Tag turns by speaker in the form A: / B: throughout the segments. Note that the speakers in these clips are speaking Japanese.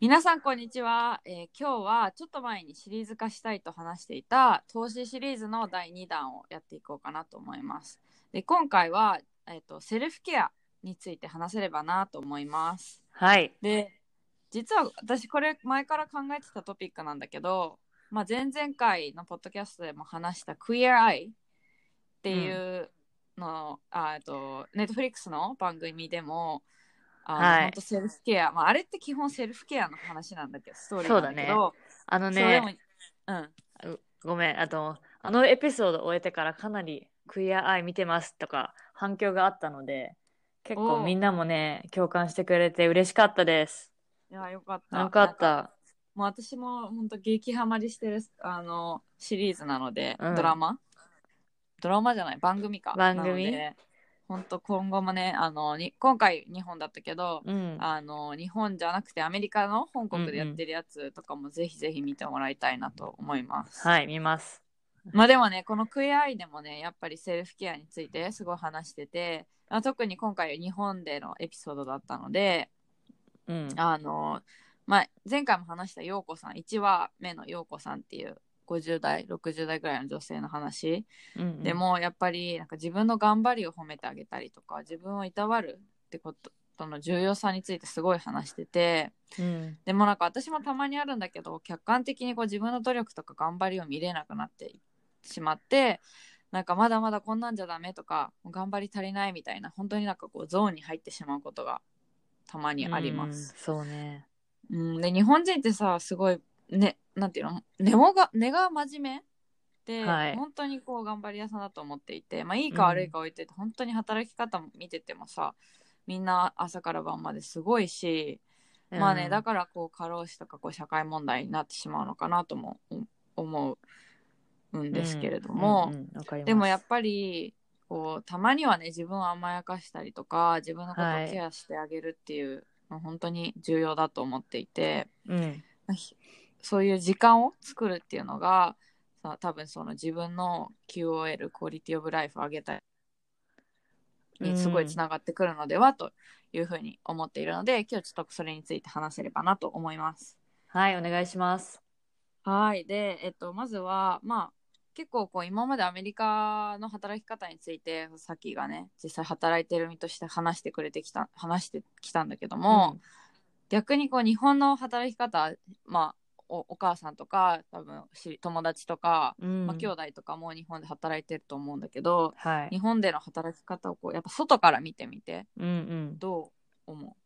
A: 皆さんこんにちは、えー今日はちょっと前にシリーズ化したいと話していた投資シリーズの第2弾をやっていこうかなと思いますで今回は、えー、とセルフケアについて話せればなと思います
B: はい。
A: で実は私これ前から考えてたトピックなんだけど、まあ、前々回のポッドキャストでも話した「クイアアイ」っていうの、あえっとネットフリックスの番組でもあの、
B: はい
A: ほんとセルフケア、まあ、あれって基本セルフケアの話なんだけどストーリーなんだけど
B: あの
A: そうでも
B: ね、
A: うん、
B: うごめん、あと、あのエピソードを終えてからかなりクイアアイ見てますとか反響があったので、結
A: お
B: 構
A: う
B: みんなもね、共感してくれて嬉しかったです。
A: いやよかった
B: よかっ
A: なん
B: た。
A: もう私も本当激ハマりしてるあのシリーズなので、
B: うん
A: ドラマドラマじゃない番組か
B: 番組
A: なので本当今後もねあのに今回日本だったけど、
B: うん。
A: あの日本じゃなくてアメリカの本国でやってるやつとかもぜひぜひ見てもらいたいなと思います、
B: はい、見ます。
A: まあでもねこの「クエアアイ」でもねやっぱりセルフケアについてすごい話しててあ特に今回日本でのエピソードだったので
B: うん。
A: あの、まあ、前回も話した陽子さん1話目の陽子さんっていう50代60代ぐらいの女性の話、
B: うんうん
A: で、もやっぱりなんか自分の頑張りを褒めてあげたりとか自分をいたわるってこととの重要さについてすごい話してて
B: うん。
A: でもなんか私もたまにあるんだけど客観的にこう自分の努力とか頑張りを見れなくなってしまってなんかまだまだこんなんじゃダメとかもう頑張り足りないみたいな本当になんかこうゾーンに入ってしまうことがたまにあります。
B: うん。そうね。
A: うん、で日本人ってさすごいねなんていうの根もが根が真面目で、
B: はい
A: 本当にこう頑張り屋さんだと思っていて、まあ、いいうか
B: ん
A: 悪いか置いてて、本当に働き方も見ててもさみんな朝から晩まですごいし、まあねだ
B: か
A: からこう過労死とかこう社会問題になってしまうのかなともお思うんですけれども、
B: うんうんうんわかります
A: でもやっぱりこうたまにはね自分を甘やかしたりとか自分のことを
B: はい
A: ケアしてあげるっていう、の本当に重要だと思っていて
B: うん、
A: まあひそういう時間を作るっていうのがさ多分その自分の QOL クオリティオブライフを上げたいにすごいつながってくるのではというふうに思っているので、今日ちょっとそれについて話せればなと思います。
B: はい、お願いします。
A: はい。で、えっと、まずは、まあ、結構こう、今までアメリカの働き方について、さっきがね、実際働いてる身として話してくれてきた、話してきたんだけども、逆にこう、日本の働き方、まあ、おお母さんとか、多分し友達とか、
B: うん、
A: まあ、兄弟とかも日本で働いてると思うんだけど、
B: は
A: 日
B: い、
A: 本での働き方をこう、やっぱ外から見てみて、
B: うんうん。
A: どう思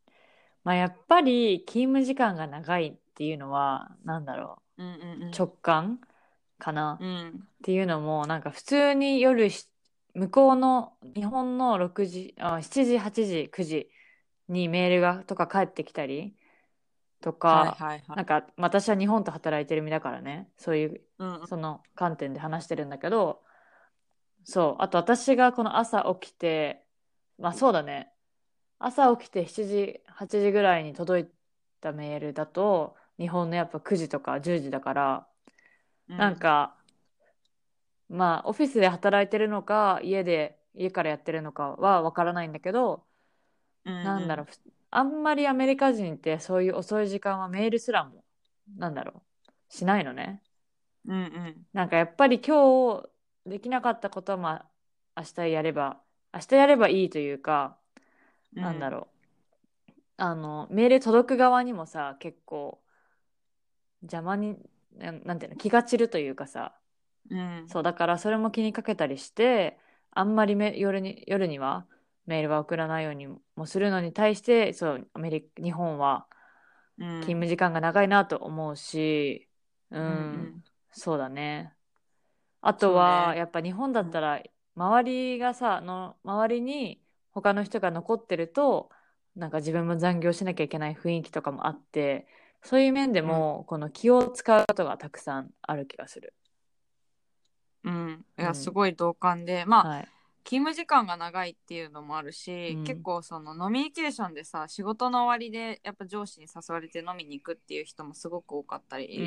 B: まあ、やっぱり勤務時間が長いっていうのは、なんだろ
A: ううんうんうん。
B: う、直感かな、
A: う
B: っ
A: ん。
B: ていうのも、なんか普通に夜し、向こうの日本の6時、あ7時、8時、9時にメールがとか返ってきたりとか、
A: はいはいは。
B: ないんか私は日本と働いてる身だからね、そういう
A: うんうん。
B: その観点で話してるんだけどそうあと私がこの朝起きてまあそうだね朝起きて7時8時ぐらいに届いたメールだと日本のやっぱ9時とか10時だから、なんかまあオフィスで働いてるのか家で家からやってるのかは分からないんだけど、
A: う、
B: なんだろうふあんまりアメリカ人ってそういう遅い時間はメールすらもなんだろうしないのね。
A: うんうん。
B: なんかやっぱり今日できなかったことはまあ明日やれば明日やればいいというか、
A: うん
B: なんだろうあのメール届く側にもさ結構邪魔にななんていうの気が散るというかさ
A: うん
B: そうだからそれも気にかけたりしてあんまりめ夜に夜にはメールは送らないようにもするのに対してそうアメリ日本は
A: うん
B: 勤務時間が長いなと思うし、うん、そうだね。あと
A: そう
B: は、
A: ね
B: やっぱ日本だったら、周りがさ、の、周りに他の人が残ってると、なんか自分も残業しなきゃいけない雰囲気とかもあって、そういう面でも、この気を使うことがたくさんある気がする。
A: うん、いうや
B: ん
A: すごい同感で、まあ、
B: はい。
A: 勤務時間が長いっていうのもあるし、
B: うん
A: 結構その飲みニケーションでさ仕事の終わりでやっぱ上司に誘われて飲みに行くっていう人もすごく多かったり、
B: う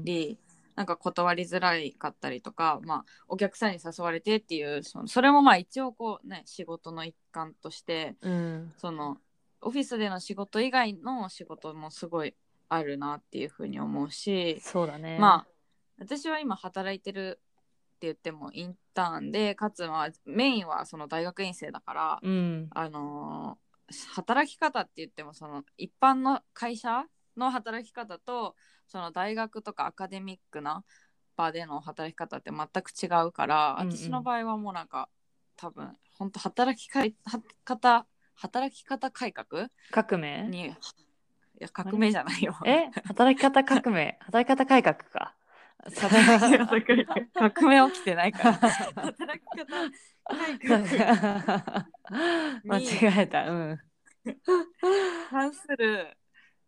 B: ん。
A: りなんか断りづらいかったりとか、まあ、お客さんに誘われてっていうそのそれもまあ一応こうね仕事の一環として
B: うん。
A: そのオフィスでの仕事以外の仕事もすごいあるなっていうふうに思うし、
B: そうだね。
A: まあ私は今働いてるって言ってもインターンでかつまあメインはその大学院生だから、
B: うん。
A: あのー働き方って言ってもその一般の会社の働き方とその大学とかアカデミックな場での働き方って全く違うから、
B: うんうん
A: 私の場合はもうなんか多分本当働きかいは方働き方改革
B: 革命
A: にいや革命じゃないよ。
B: え働き方革 命働き方改革か。
A: 働き方改革革命起きてないから働き方改
B: なん
A: 革
B: か 間違えた。うん。
A: 関する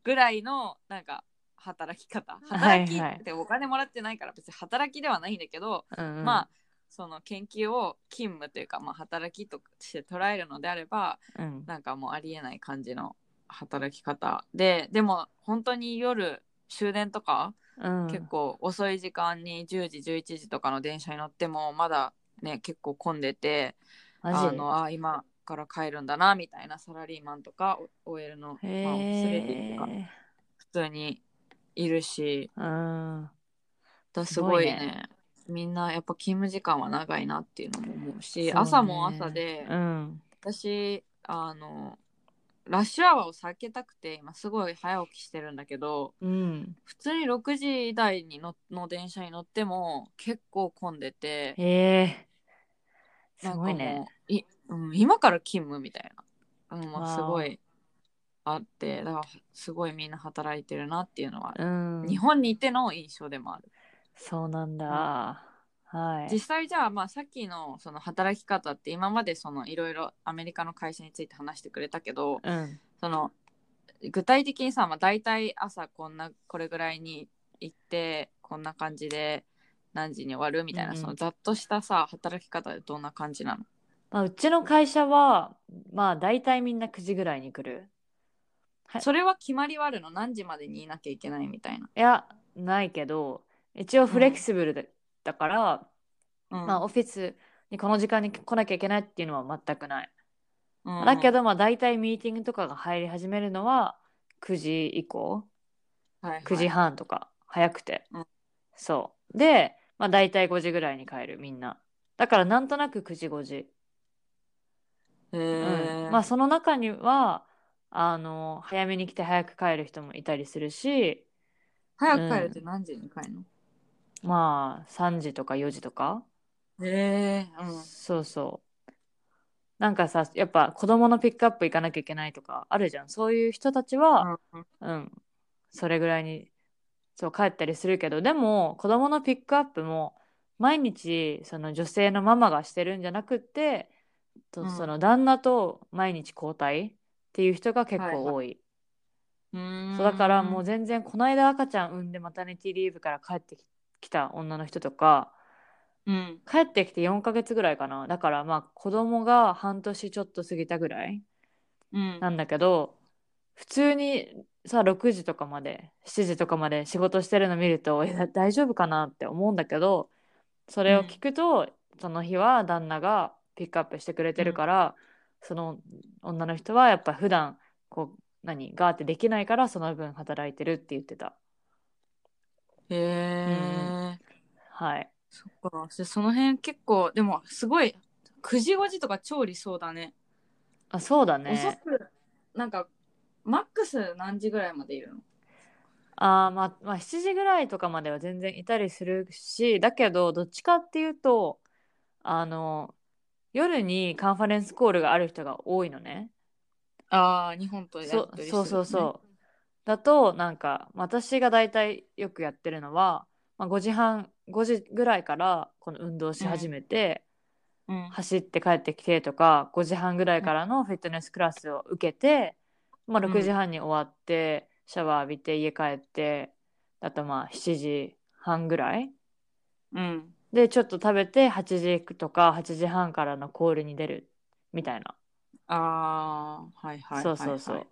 A: ぐらいのなんか働き方
B: はいはい
A: 働きってお金もらってないから別に働きではないんだけど、
B: うんうん、
A: まあその研究を勤務というか、まあ、働きとして捉えるのであれば
B: うん、
A: なんかもうありえない感じの働き方ででも本当に夜終電とか、
B: うん、
A: 結構遅い時間に10時11時とかの電車に乗ってもまだね結構混んでて、
B: マジ
A: あのあ今から帰るんだなみたいなサラリーマンとかお OL の、まあ、
B: へ
A: スレディとか
B: え、
A: 普通にいるし
B: うん、
A: だ
B: す
A: す
B: ご
A: ご
B: い
A: い
B: ね
A: ねみんなやっぱ勤務時間は長いなっていうのも思うし
B: そうね
A: 朝も朝で、
B: うん、
A: 私あのラッシュアワーを避けたくて今すごい早起きしてるんだけど
B: うん、
A: 普通に6時台にのの電車に乗っても結構混んでて
B: へえ、す
A: なんか
B: ご
A: も
B: いうね。
A: いうん、今から勤務みたいな、うん、
B: わ
A: ま
B: あ
A: あすごいあってだからすごいみんな働いてるなっていうのは、
B: うん、
A: 日本にいての印象でもある、
B: そうなんだ。はい
A: 実。際じゃあまあさっきのその働き方って今までそのいろいろアメリカの会社について話してくれたけど
B: うん、
A: その具体的にさ、まあ、大体朝こんなこれぐらいに行ってこんな感じで何時に終わるみたいな、
B: うんうん
A: そのざっとしたさ働き方でどんな感じなの
B: まあ、うちの会社は、まあ、大体みんな9時ぐらいに来る。はい
A: それは決まりはあるの何時までにいなきゃいけないみたいな。
B: いや、ないけど、一応フレキシブルで、だから、
A: うん
B: まあ、オフィスにこの時間に来なきゃいけないっていうのは全くない。
A: うん
B: だけど、まあ、大体ミーティングとかが入り始めるのは9時以降
A: はいはい
B: 9時半とか早くて、
A: うん
B: そうで、まあ、大体5時ぐらいに帰るみんなだからなんとなく9時5時、
A: へ
B: うん
A: ー
B: まあその中にはあの早めに来て早く帰る人もいたりするし
A: 早く帰るって何時に帰るの、
B: まあ3時とか4時とか、
A: へえ、
B: そうそうなんかさやっぱ子供のピックアップ行かなきゃいけないとかあるじゃんそういう人たちは、
A: うん。
B: うん、それぐらいにそう帰ったりするけどでも子供のピックアップも毎日その女性のママがしてるんじゃなくってと、
A: うん
B: その旦那と毎日交代っていう人が結構多い、
A: うん。
B: そうだからもう全然この間赤ちゃん産んでマタニティリーブから帰ってききた女の人とか
A: うん。
B: 帰ってきて4ヶ月ぐらいかなだからまあ子供が半年ちょっと過ぎたぐらい
A: うん。
B: なんだけど普通にさ6時とかまで7時とかまで仕事してるの見るとえ大丈夫かなって思うんだけどそれを聞くと、その日は旦那がピックアップしてくれてるから、その女の人はやっぱ普段こう何ガーってできないからその分働いてるって言ってた。
A: へえ、
B: はい、
A: そっか。じゃあその辺結構、でもすごい、9時5時とか調理そうだね。
B: あそうだ
A: 遅
B: ね。
A: く、なんか、マックス何時ぐらいまでいるの
B: あーまあ、まあ7時ぐらいとかまでは全然いたりするしだけどどっちかっていうとあの夜にカンファレンスコールがある人が多いのね。
A: ああ、日本とやり
B: そ
A: とり
B: そうそう
A: するのね
B: そう。だとなんか私が大体よくやってるのは、まあ、5時半5時ぐらいからこの運動し始めて、
A: うん。
B: 走って帰ってきてとか5時半ぐらいからのフィットネスクラスを受けて、まあ、
A: うん
B: 6時半に終わって、シャワー浴びて家帰ってあとまあ7時半ぐらい
A: うん。
B: でちょっと食べて8時とか8時半からのコールに出るみたいな、
A: ああ、はいはいはい、はい。
B: そうそうそう。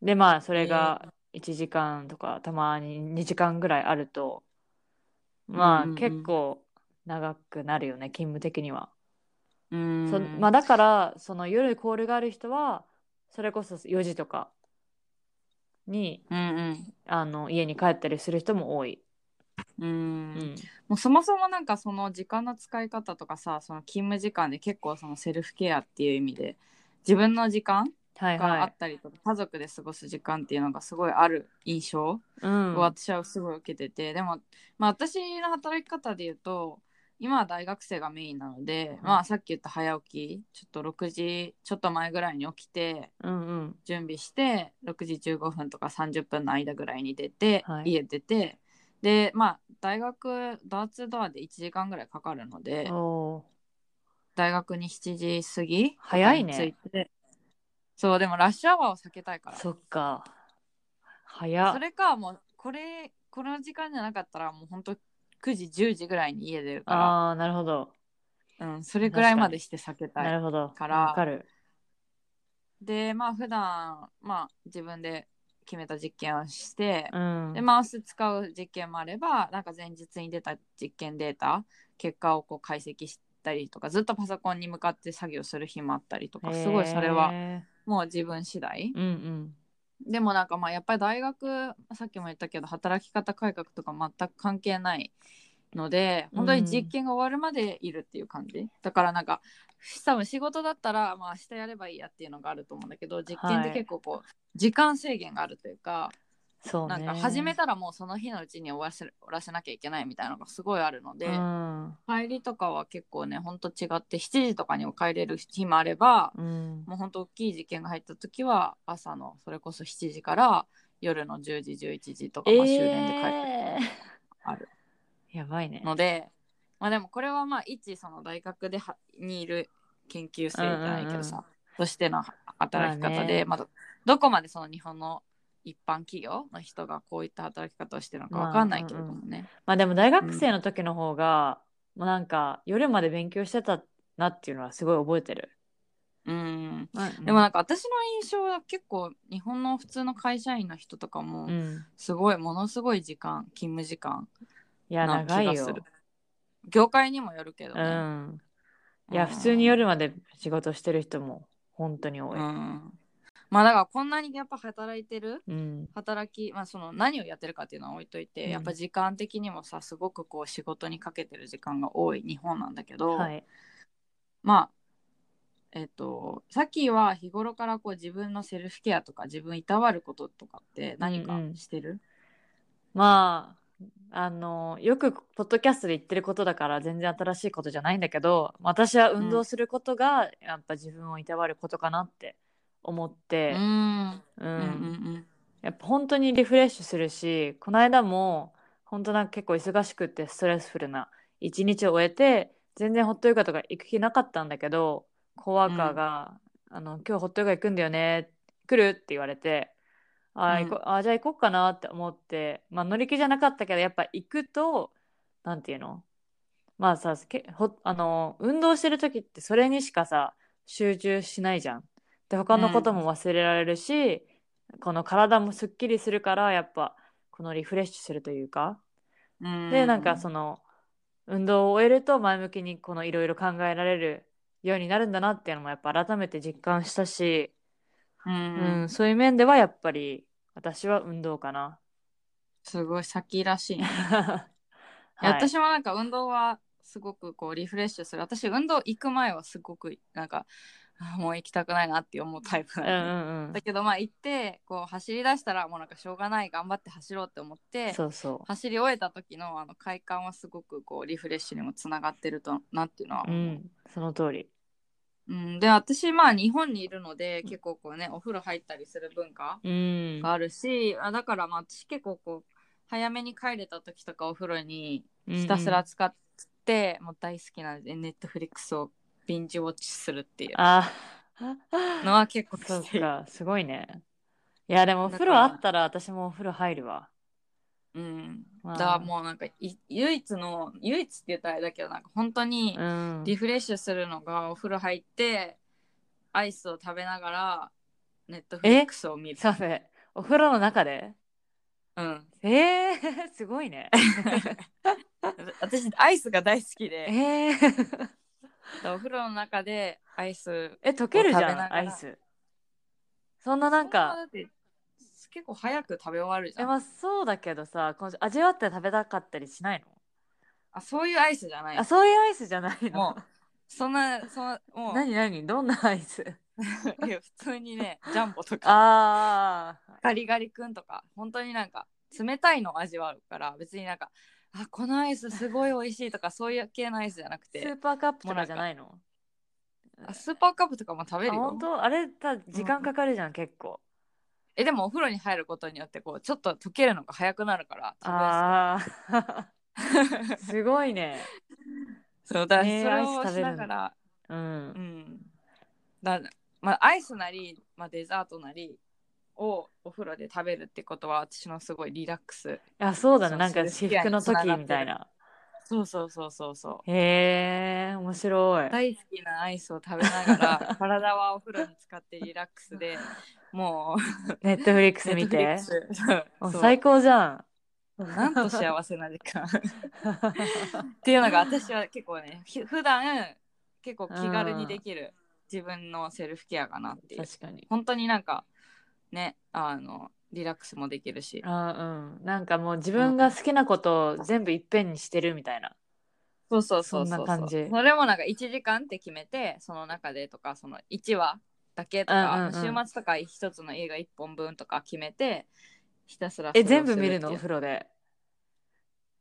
B: でまあそれが1時間とかたまに2時間ぐらいあるとまあ、
A: うんうんうん
B: 結。構長くなるよね勤務的には。
A: うん。
B: そまあ、だからその夜コールがある人はそれこそ4時とかに
A: うん
B: あの家に帰ったりする人も多い。
A: うん。う。
B: うんん
A: もうそもそもなんかその時間の使い方とかさ、その勤務時間で結構そのセルフケアっていう意味で、自分の時間
B: はい
A: があ
B: は
A: ったりとか、家族で過ごす時間っていうのがすごいある印象。
B: い。うん、
A: 私はすごい受けててでも、まあ、私の働き方で言うと今は大学生がメインなので、
B: うん
A: まあ、さっき言った早起きちょっと6時ちょっと前ぐらいに起きて
B: うんうん
A: 準備して6時15分とか30分の間ぐらいに出て、
B: はい
A: 家出てでまあ大学ダーツドアで1時間ぐらいかかるので
B: おー
A: 大学に7時過ぎとかに
B: 早いね
A: 着いてそうでもラッシュアワーを避けたいから
B: そっか。早っ
A: それかもうこれこの時間じゃなかったらもうほんと9時10時ぐらいに家出るか
B: ああ、なるほど。
A: ら、うん、それぐらいまでして避けた
B: ないるほど。
A: から
B: わかる。
A: でまあ普段まあ自分で決めた実験をして、
B: うん。
A: でまあ明日使う実験もあればなんか前日に出た実験データ結果をこう解析したりとかずっとパソコンに向かって作業する日もあったりとかすごいそれは
B: へ
A: もう自分次第、
B: ー。うん
A: でもなんかまあやっぱり大学さっきも言ったけど働き方改革とか全く関係ないので本当に実験が終わるまでいるっていう感じ、だからなんか多分仕事だったらまあ明日やればいいやっていうのがあると思うんだけど実験って結構こう、時間制限があるというか
B: うん。そう
A: な
B: ね。
A: んか始めたらもうその日のうちに終わらせ終わらせなきゃいけないみたいなのがすごいあるので、
B: うん。
A: 帰りとかは結構ねほんと違って7時とかにも帰れる日もあれば、
B: うん。
A: もう本当大きい事件が入った時は朝のそれこそ7時から夜の10時11時とか、まあ終電で帰る
B: え
A: ある
B: ーやばいね。
A: ので、まあでもこれはまあ一その大学ではにいる研究生じゃないけどさ、
B: うん
A: としての働き
B: まあ
A: 方
B: ね
A: で、まだどこまでその日本の一般企業の人がこういった働き方をしてるのかわかんないけれどもね。
B: まあでも大学生の時の方が、もうなんか夜まで勉強してたなっていうのはすごい覚えてる。
A: うん
B: うん
A: でもなんか私の印象は結構日本の普通の会社員の人とかも
B: うん。
A: すごいものすごい時間勤務時間
B: いや、
A: な気
B: 長
A: が
B: い
A: す
B: よ
A: る。業界にもよるけど
B: う
A: ね。
B: ん。いや、普通に夜まで仕事してる人も本当に多
A: う
B: い。
A: ん。まあだからこんなにやっぱ働いてる
B: うん。
A: 働き、まあその何をやってるかっていうのは置いといて、
B: うん
A: やっぱ時間的にもさ、すごくこう仕事にかけてる時間が多い日本なんだけど、
B: はい。
A: まあ、えっ、と、さっきは日頃からこう自分のセルフケアとか自分いたわることとかって何か
B: うんうん
A: してる、
B: まあ、あの、よくポッドキャストで言ってることだから全然新しいことじゃないんだけど、私は運動することがやっぱ自分をいたわることかなって思っ
A: う
B: て、
A: ん、
B: うん。
A: うん、うん
B: やっぱ本当にリフレッシュするし、この間も本当なんか結構忙しくってストレスフルな一日を終えて、全然ホットヨガとか行く気なかったんだけど、コワーカーが、あの、今日ホットヨガ行くんだよね、来るって言われて、あー、
A: うん
B: 行こあーじゃあ行こうかなって思って、まあ乗り気じゃなかったけど、やっぱ行くと、なんていうのまあさ、けほあの、運動してる時ってそれにしかさ、集中しないじゃん。で、他のことも忘れられるし、この体もすっきりするからやっぱこのリフレッシュするというか、
A: うん。
B: でなんかそ
A: の、
B: の運動を終えると前向きにこのいろいろ考えられるようになるんだなっていうのもやっぱ改めて実感したし、
A: うん
B: うんそういう面ではやっぱり私は運動かな。
A: すごい先らしいね。
B: はい
A: いや私もなんか運動はすごくこうリフレッシュする私運動行く前はすごくなんか あもう行きたくないなって思うタイプ
B: うん
A: な
B: う
A: のね
B: んうん
A: だけどまあ行ってこう走り出したらもうなんかしょうがない頑張って走ろうって思って
B: そうそ
A: 走り終えた時のあの快感はすごくこうリフレッシュにもつながってるとなっていうのは
B: う、う
A: 思う、
B: ん、その通り。
A: うんで私まあ日本にいるので結構こうねお風呂入ったりする文化
B: うん、
A: があるし、あだからまあ私結構こう早めに帰れた時とかお風呂にひたすら使って、もう大好きなネットフリックスをビンジウォッチするっていう
B: あ
A: のは結構
B: そう
A: してる
B: かすごいね。いいや、でもお
A: だ
B: 風
A: から
B: 呂あったら私もお風呂入るわ。
A: うん。
B: まあ
A: だからもうなんかい唯一の唯一って言ったらあれだけどなんか本当に
B: うん。
A: リフレッシュするのがお風呂入ってアイスを食べながらネットフリックスを見る。
B: そうね。お風呂の中で
A: うん。
B: えー、 すごいね。
A: 私アイスが大好きで
B: えー、
A: お風呂の中でアイス
B: え、溶けるじ
A: 食べ
B: ゃ
A: なが
B: ん、
A: ら
B: アイス。そんななんか
A: そんなだ。って結構早く食べ終わるじ
B: え
A: ゃん、
B: まあそうだけどさこの味わって食べたかったりしない
A: あそういうアイスじゃない
B: のあそういうアイスじゃないの
A: もうそんなそのもう
B: 何何どんなアイス
A: いや普通にねジャンボとか
B: ああ
A: ガリガリ君とか本当になんか冷たいのを味わうから別になんかあこのアイスすごい美味しいとかそういう系のアイスじゃなく
B: スー
A: て
B: パーカップとかじゃないの
A: あスーパーカップとかも食べ
B: あ
A: るよ
B: 本当あれた時間かかるじゃん、結構
A: えでもお風呂に入ることによってこうちょっと溶けるのが早くなるから食べや
B: ああーすごいね
A: すいそうだからそ
B: ねえ
A: れ
B: アイ
A: を
B: ス食べ
A: し
B: る
A: なん
B: だ
A: がら
B: うん
A: うんだまあアイスなり、まあ、デザートなりをお風呂で食べるってことは私のすごいリラックス
B: あそうだね
A: そう
B: なんか
A: そ
B: 私
A: れ
B: 服
A: 好きやね
B: の時みたい
A: つな
B: な
A: そうそうそうそうそう
B: へえ面白い
A: 大好きなアイスを食べなが ら体はお風呂に使ってリラックスでも
B: ネットフリック
A: う
B: ス見て
A: Netflix
B: もう
A: そう
B: 最高じゃ ん
A: なんと幸せな時間 っていうのが私は結構ねひ普段結構気軽にできる自分のセルフケアかなっていう
B: 確かに
A: 本当になんかねあのリラックスもできるし
B: あうん、なんかもう自分が好きなことを全部いっぺんにしてるみたいな。
A: そうそうそう
B: そんな
A: そう
B: 感じ
A: それもなんか1時間って決めてその中でとかその1話だけとか、
B: うんうんうん
A: 週末とか一つの映画1本分とか決めてひたすら
B: え
A: それ
B: 全
A: を
B: 部
A: すっ
B: 見
A: て
B: る
A: いう
B: のお風呂で。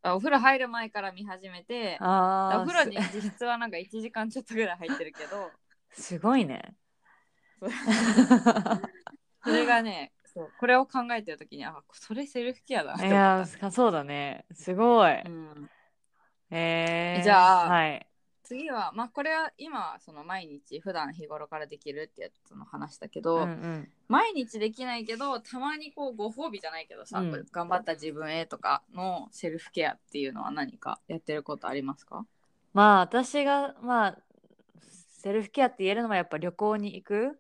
A: あお風呂入る前から見始めて
B: ああ
A: お風呂に
B: す
A: 実質はなんか1時間ちょっとぐらい入ってるけ ど
B: すごい ね。
A: それがねそうこれを考えてる時にあそれセルフケアだなっ
B: い
A: て思
B: や
A: っ
B: ーそうだねすごい。
A: た、うん、
B: えー、
A: じゃあ
B: はい。
A: 次はまあこれは今その毎日普段日頃からできるってやつの話だけど、
B: うんうん
A: 毎日できないけどたまにこうご褒美じゃないけどさ、
B: うん
A: これ頑張った自分へとかのセルフケアっていうのは何かやってることありますか
B: まあ私がまあセルフケアって言えるのはやっぱ旅行に行く。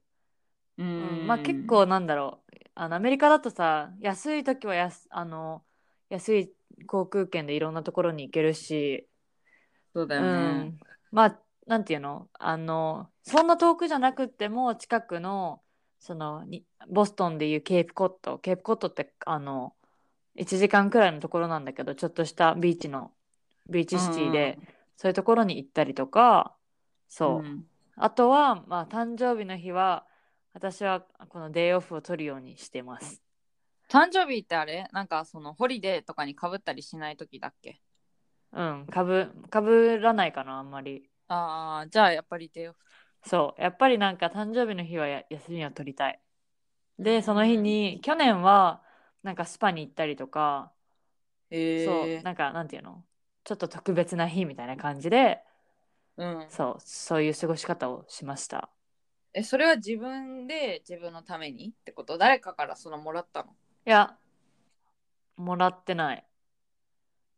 B: う
A: う
B: んまあ結構なんだろうあのアメリカだとさ安い時はやすあの安い航空券でいろんなところに行けるし。
A: そうだよ
B: う
A: ね、
B: ん、まあなんていうのあのそんな遠くじゃなくっても近くのそのにボストンでいうケープコットケープコットってあの1時間くらいのところなんだけどちょっとしたビーチのビーチシティで、そういうところに行ったりとかそう、
A: ん
B: あとは、まあ、誕生日の日は私はこのデイオフを取るようにしてます。
A: 誕生日ってあれなんかそのホリデーとかにかぶったりしない時だっけ
B: うん、かぶかぶらないかなあんまり
A: ああじゃあやっぱりデーオフ
B: そうやっぱりなんか誕生日の日はや休みを取りたいでその日に去年はなんかスパに行ったりとか、
A: へ
B: そうなんかなんていうのちょっと特別な日みたいな感じで
A: うん、
B: そうそういう過ごし方をしました
A: えそれは自分で自分のためにってこと誰かからそのもらったの
B: いやもらってない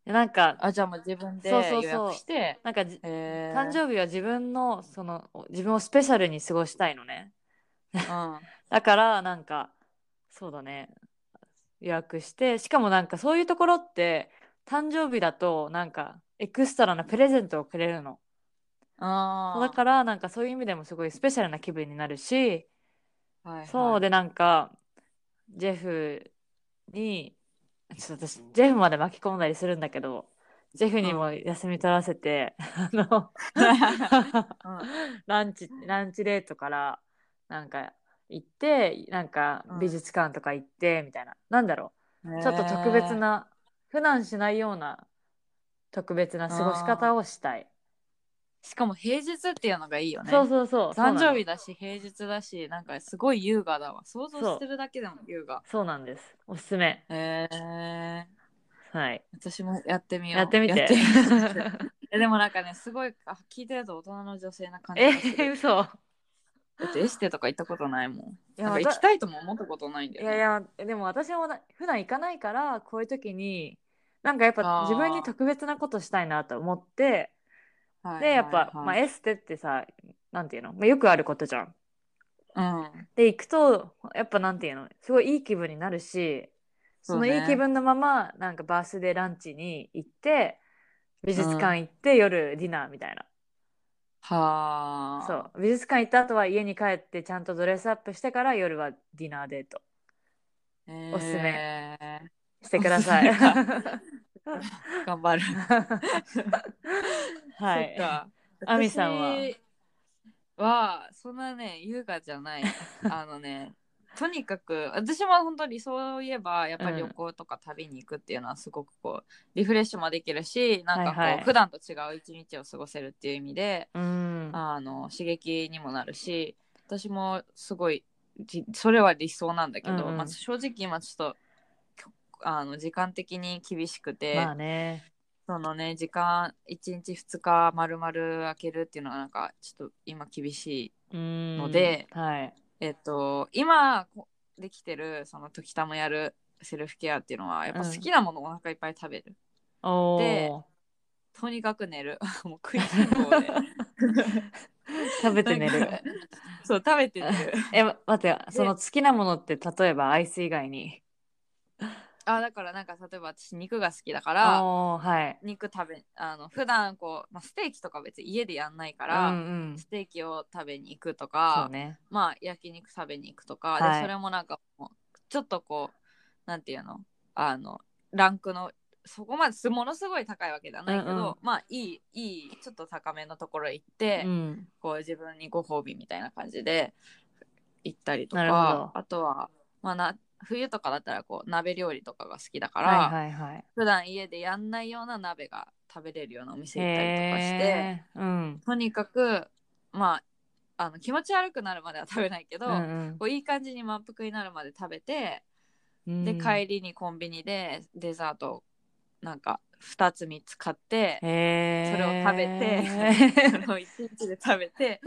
B: なんか
A: あじゃあもう自分で
B: そうそうそ
A: 予
B: う
A: 約して
B: なんかじ
A: へー
B: 誕生日は自分のその自分をスペシャルに過ごしたいのね
A: うん
B: だからなんかそうだね予約してしかもなんかそういうところって誕生日だとなんかエクストラなプレゼントをくれるの
A: あ
B: だからなんかそういう意味でもすごいスペシャルな気分になるし
A: ら、はいはい
B: そうでなんかジェフにちょっと私ジェフまで巻き込んだりするんだけどジェフにも休み取らせて、あ の ランチランチデートからなんか行ってなんか
A: うん
B: 美術館とか行ってみたいな、なんだろうちょっと特別な普段しないような特別な過ごし方をしたい、
A: しかも平日っていうのがいいよね
B: そうそうそう
A: 誕生
B: 日
A: 日だし平日だしなんかすごい優雅だわ想像してるだけでも優雅
B: そうなんですおすすめ
A: へえ
B: はい
A: 私もやってみよう
B: やってみて
A: やみ ようえでもなんかねすごいあ聞いてると大人の女性な感じがする
B: え嘘
A: だってエステとか行ったことないもん。
B: い
A: なんか行きたいとも思ったことないんだ
B: い
A: よ、ね。
B: やいやでも私もな普段行かないからこういう時になんかやっぱ
A: あー
B: 自分に特別なことしたいなと思って
A: はい
B: でやっぱ、まあ、
A: はい
B: エステってさなんていうの、まあ、よくあることじゃん。
A: はいうん、
B: で行くとやっぱなんていうのすごいいい気分になるしその
A: そう
B: い
A: ね
B: い気分のままなんかバースデーランチに行って美術館行って、夜ディナーみたいな
A: はあ。
B: そう美術館行った後は家に帰ってちゃんとドレスアップしてから夜はディナーデート
A: えー
B: おすすしてくださ い。
A: おすすめか頑張る。
B: はい
A: そっ。か
B: アミさんは
A: 私はそんなね優雅じ ゃないあのねとにかく私も本当理想を言えばやっぱり旅行とか旅に行くっていうのはすごくこうリフレッシュもできるしなんかこう、
B: はいはい
A: 普段と違う一日を過ごせるっていう意味で
B: うん。
A: あの刺激にもなるし私もすごいじそれは理想なんだけど、
B: うんうん
A: まあ、正直今ちょっときょあの時間的に厳しくて、
B: まあね。
A: そのね時間1日2日丸々空けるっていうのはなんかちょっと今厳しい
B: の
A: で、
B: はい。
A: えっと今こできてるその時たまやるセルフケアっていうのはやっぱ好きなものをお腹いっぱい食べる、
B: お
A: で
B: ー
A: とにかく寝る もう食いしん坊で
B: 食べて寝
A: なん
B: る
A: か。そう食べて寝る
B: え、待って、その好きなものって例えばアイス以外に。
A: あだからなんか例えば私肉が好きだから
B: おーはい。
A: 肉食べあの普段こう、まあ、ステーキとか別に家でやんないか
B: う
A: ら、
B: んうん。
A: ステーキを食べに行くと
B: そ
A: か
B: う、ね。
A: まあ焼肉食べに行くとか、
B: はい
A: でそれもなんかもうちょっとこうなんていうのあのランクのそこまですものすごい高いわけじゃないけど、
B: うんうん
A: まあいいいいちょっと高めのところへ行って、
B: うん。
A: こう自分にご褒美みたいな感じで行ったりと
B: なるほ
A: か
B: ど
A: あとは、まあ、な冬とかだったらこう鍋料理とかが好きだから、
B: はいはいはい。
A: 普段家でやんないような鍋が食べれるようなお店行ったりとかして。
B: へーうん。
A: とにかくまああの気持ち悪くなるまでは食べないけど、
B: うん
A: こういい感じに満腹になるまで食べて、
B: うん。
A: で
B: うん
A: 帰りにコンビニでデザートをなんか2つ3つ買って、
B: へー
A: それを食べて それを1日で食 べて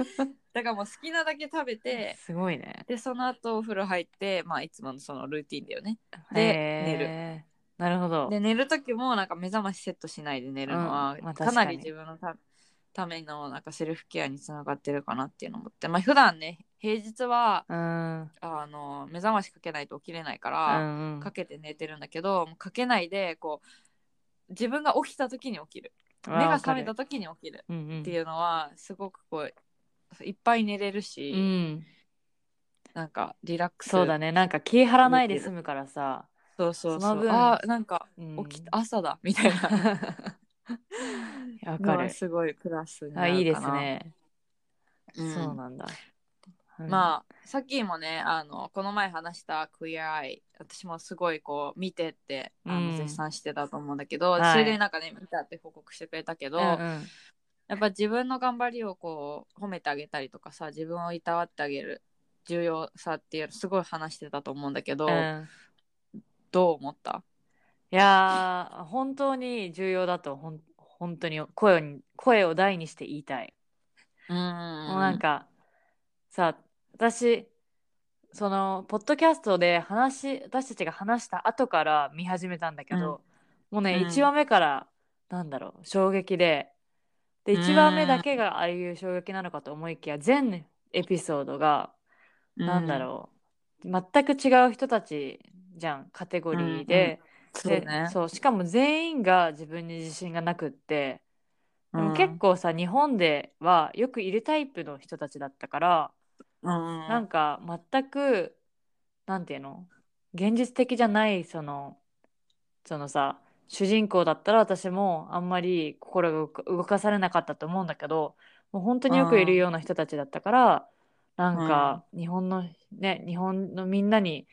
A: だからもう好きなだけ食べて
B: すごいね。
A: でその後お風呂入ってまあいつものそのルーティンだよねで寝る
B: で、寝る。なるほど。
A: で寝る時もなんか目覚ましセットしないで寝るのは、
B: うんまあ
A: か
B: 確か
A: な
B: に
A: り自分のたためのなんかセルフケアにつながってるかなっていうのを思ってまあ普段ね平日は
B: うん。うん
A: あの目覚ましかけないと起きれないから、
B: うん。
A: かけて寝てるんだけどもうかけないでこう自分が起きた時に起きる
B: 目
A: 目が覚めた時に起きる
B: うんうん
A: っていうのはすごくこういっぱい寝れるし、
B: うん。
A: なんかリラックス
B: そうだ
A: ね
B: ね。なんか気張らないで済むからさ。
A: そうそ
B: そ
A: うそ
B: の
A: う
B: 分
A: あなんか
B: うん
A: 起きた朝だ みたいな
B: わ
A: の
B: か
A: は
B: る。
A: すごいクラスにな
B: あ
A: るかない
B: いですね。
A: うん
B: そうなんだ。
A: まあさっきもねあのこの前話したクイアアイ私もすごいこう見てってあ
B: うん
A: の絶賛してたと思うんだけど、
B: はい
A: それでなんかね見たって報告してくれたけど、
B: あ
A: やっぱ自分の頑張りをこう褒めてあげたりとかさ自分をいたわってあげる重要さっていうのすごい話してたと思うんだけど、
B: うん、
A: どう思った
B: いやー本当に重要だとほん本当に声に声を大にして言いたい。
A: うん
B: もうなんかさ私そのポッドキャストで話私たちが話した後から見始めたんだけど、もうね、
A: うん
B: 1話目からなんだろう衝撃でで
A: うん
B: 1話目だけがああいう衝撃なのかと思いきや全エピソードがなんだろう、全く違う人たちじゃんカテゴリーで,
A: うん、
B: で、
A: そうね
B: そうしかも全員が自分に自信がなくってでも
A: うん
B: 結構さ、日本ではよくいるタイプの人たちだったから、
A: うん
B: なんか全くなんていうの現実的じゃないそのそのさ主人公だったら私もあんまり心が動か動かされなかったと思うんだけどもう本当によくいるような人たちだったからなんか日本のね日本のみんなに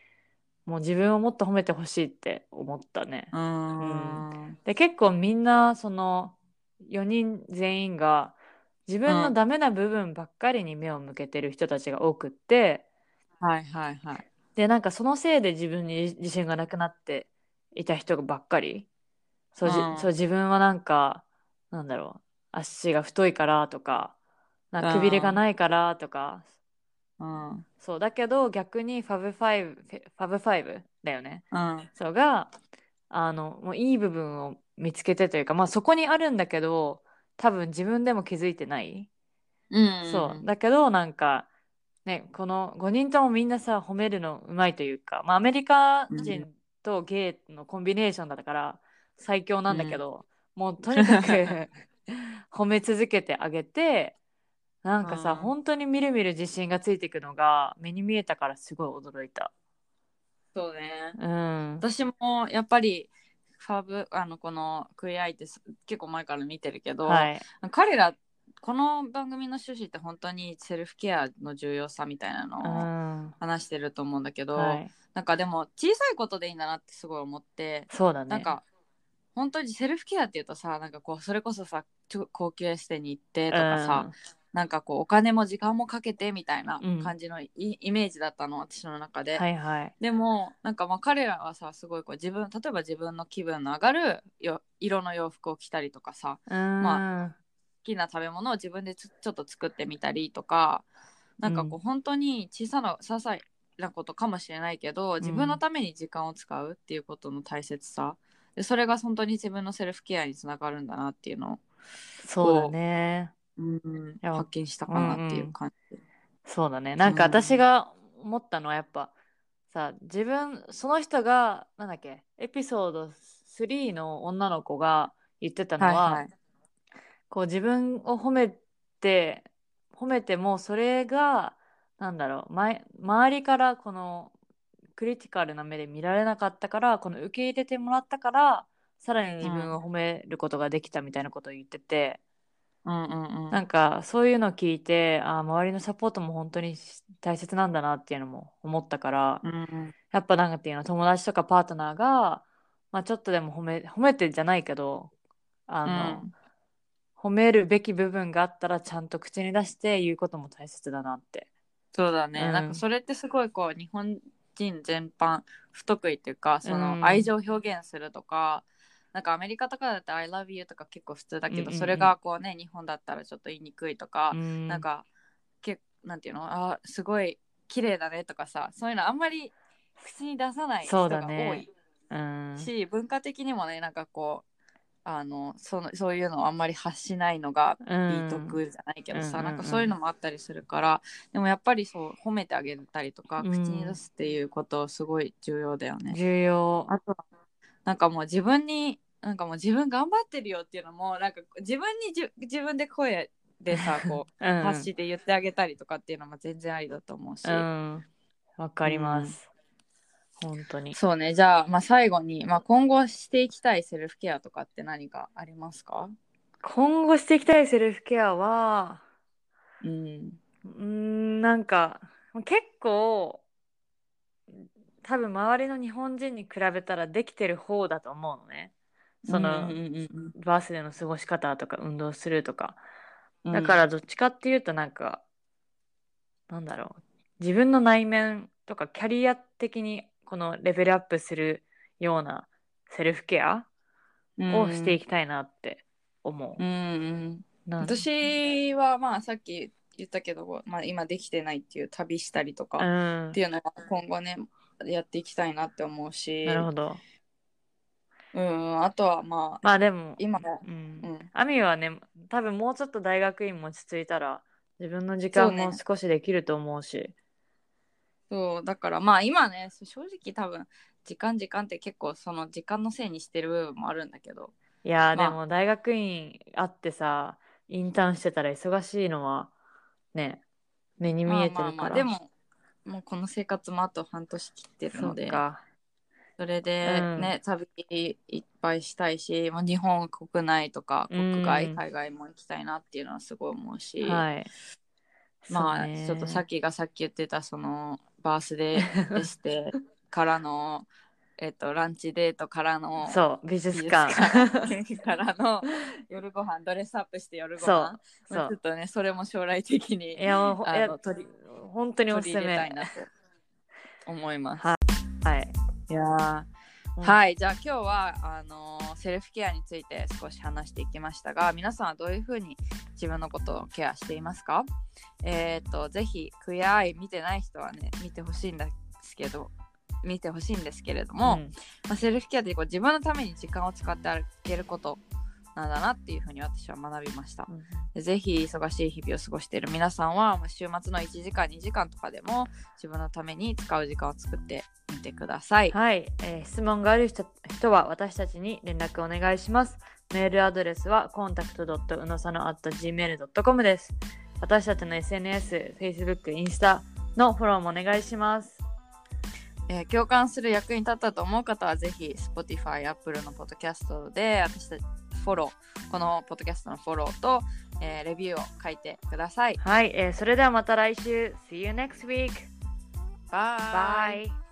B: もう自分をもっと褒めてほしいって思ったね。
A: うん
B: で結構みんなその4人全員が自分
A: う
B: の
A: ん
B: ダメな部分ばっかりに目を向けてる人たちが多くって。
A: はいはいはい
B: でなんかそのせいで自分に自信がなくなっていた人ばっかりそう,、じ
A: うん
B: そう自分はなんかなんだろう足が太いからとかなんかくびれがないからとか、
A: うん。うん。
B: そうだけど逆にファブファイブファブファイブだよね
A: うん。
B: そうがあのもういい部分を見つけてというかまあそこにあるんだけど多分自分でも気づいてない、
A: うん、
B: そうだけどなんかねこの5人ともみんなさ褒めるのうまいというか、まあ、アメリカ人とゲイのコンビネーションだから最強なんだけど、もうとにか く褒め続けてあげてなんかさ、
A: うん
B: 本当にみるみる自信がついていくのが目に見えたからすごい驚いた。
A: そうね。
B: うん、
A: 私もやっぱりファブあのこのクリアイってす結構前から見てるけど、
B: はい、
A: 彼らこの番組の趣旨って本当にセルフケアの重要さみたいな
B: う
A: のを
B: ん
A: 話してると思うんだけど、
B: はい、
A: なんかでも小さいことでいいんだなってすごい思って、
B: そうだね。
A: なんか本当にセルフケアっていうとさなんかこうそれこそさちょ高級エステに行ってとかさ、なんかこうお金も時間もかけてみたいな感じのイ,、イメージだったの私の中
B: う
A: で、
B: ん、はいはい。
A: でもなんかまあ彼らはさすごいこう自分例えば自分の気分の上がるよ色の洋服を着たりとかさ
B: うん、
A: ま好きな食べ物を自分でちょちょっと作ってみたりとかなんかこう、
B: うん
A: 本当に小さな些細なことかもしれないけど自分のために時間を使うっていうことの大切さ、でそれが本当に自分のセルフケアにつながるんだなっていうのを、
B: そうだね。
A: うん、
B: や
A: 発見したかなっていう感じ。
B: そうだね。なんか私が思ったのはやっぱさ自分その人がなんだっけエピソード3の女の子が言ってたのは、
A: はいはい
B: こう自分を褒めて褒めてもそれがなんだろう前周りからこのクリティカルな目で見られなかったからこの受け入れてもらったからさらに自分を褒めることができたみたいなことを言ってて。
A: うんうんうん
B: なんかそういうの聞いてあー周りのサポートも本当にし大切なんだなっていうのも思ったから、
A: うん
B: やっぱなんかっていうの友達とかパートナーが、まあ、ちょっとでも褒め褒めてじゃないけどあの、
A: うん
B: 褒めるべき部分があったらちゃんと口に出して言うことも大切だなって。
A: そうだね、
B: うん
A: なんかそれってすごいこう日本人全般不得意っていうかそ
B: うん
A: の愛情を表現するとか、なんかアメリカとかだって「I love you」とか結構普通だけど、
B: うんうんうん
A: それがこうね日本だったらちょっと言いにくいとか、
B: うん
A: なんかけなんていうのあーすごい綺麗だねとかさそういうのあんまり口に出さない
B: そ
A: 人
B: うだ
A: が
B: ね
A: 多い
B: うん、
A: し、文化的にもねなんかこうあのそのそういうのをあんまり発しないのが
B: うん
A: 美徳じゃないけどさ、
B: うん
A: なんかそういうのもあったりするから、でもやっぱりそう褒めてあげたりとか、
B: うん
A: 口に出すっていうことすごい重要だよね。
B: 重要
A: あとはなんかもう自分になんかもう自分頑張ってるよっていうのもなんか自分にじゅ自分で声 でさこう
B: うん
A: 発して言ってあげたりとかっていうのも全然ありだと思うし、
B: うんわかります、本当に
A: そうねじゃあ,、まあ最後に、まあ、今後していきたいセルフケアとかって何かありますか、
B: 今後していきたいセルフケアは
A: うん
B: うーんなんか結構多分周りの日本人に比べたらできてる方だと思うのねその、
A: うんうんうん
B: バースデーの過ごし方とか運動するとか
A: うん
B: だからどっちかっていうとなんか、なんだろう自分の内面とかキャリア的にこのレベルアップするようなセルフケアをしていきたいなって思う
A: う。んうん
B: なん
A: 私はまあさっき言ったけど、まあ、今できてないっていう旅したりと
B: う
A: か
B: ん
A: っていうのは今後ねやっていきたいなって思うし
B: なるほど。
A: うんあとはまあ
B: まあでも、
A: 今も、
B: うん
A: う、ん、
B: アミはね多分もうちょっと大学院も落ち着いたら自分の時間
A: そう
B: も
A: ね
B: 少しできると思うし
A: そうだからまあ今ね正直多分時間時間って結構その時間のせいにしてる部分もあるんだけど
B: いやー、
A: まあ
B: でも大学院あってさインターンしてたら忙しいのはね目に見えて
A: まあまあ
B: る
A: ま
B: か
A: あ
B: ら
A: でももうこの生活もあと半年切ってる
B: そ
A: の
B: う
A: で
B: か
A: それで
B: うん
A: ね、旅いっぱいしたいし、まあ、日本国内とか国外、
B: うん
A: 海外も行きたいなっていうのはすごい思うし、
B: はいそ
A: ま
B: う
A: あ、
B: ね
A: ちょっとさっきがさっき言ってたそのバースデーエス テからの、えっと、ランチデートからの
B: そう美
A: 美
B: 術
A: 術
B: 館
A: 館 からの夜ご飯ドレスアップして夜ご飯
B: そう
A: まあちょっとねそれも将来的に
B: いやもう
A: あ
B: いや
A: の取り
B: 本当にお
A: 取
B: す
A: り
B: す
A: 入れた
B: め
A: いなと思います。
B: はい
A: いやー
B: うん
A: はいじゃあ今日はあのーセルフケアについて少し話していきましたが皆さんはどういうふうに自分のことをケアしていますかえっ、とぜひクエアアイ見てない人はね見てほしいんですけど見てほしいんですけれども、
B: うん
A: まあ、セルフケアってこう自分のために時間を使って歩けることなんだなっていうふうに私は学びました
B: うん
A: でぜひ忙しい日々を過ごしている皆さんは、まあ、週末の1時間2時間とかでも自分のために使う時間を作ってみてください。
B: はい、えー質問がある人人は私たちに連絡お願いします。メールアドレスは contact.unosano.gmail.com です。私たちの SNS、Facebook、インスタのフォローもお願いします。
A: えー共感する役に立ったと思う方はぜひ Spotify、Apple のポッドキャストで私たちフォローこのポッドキャストのフォローと、えーレビューを書いてください。
B: はい、えーそれではまた来週。See you next week!
A: バイ
B: Bye!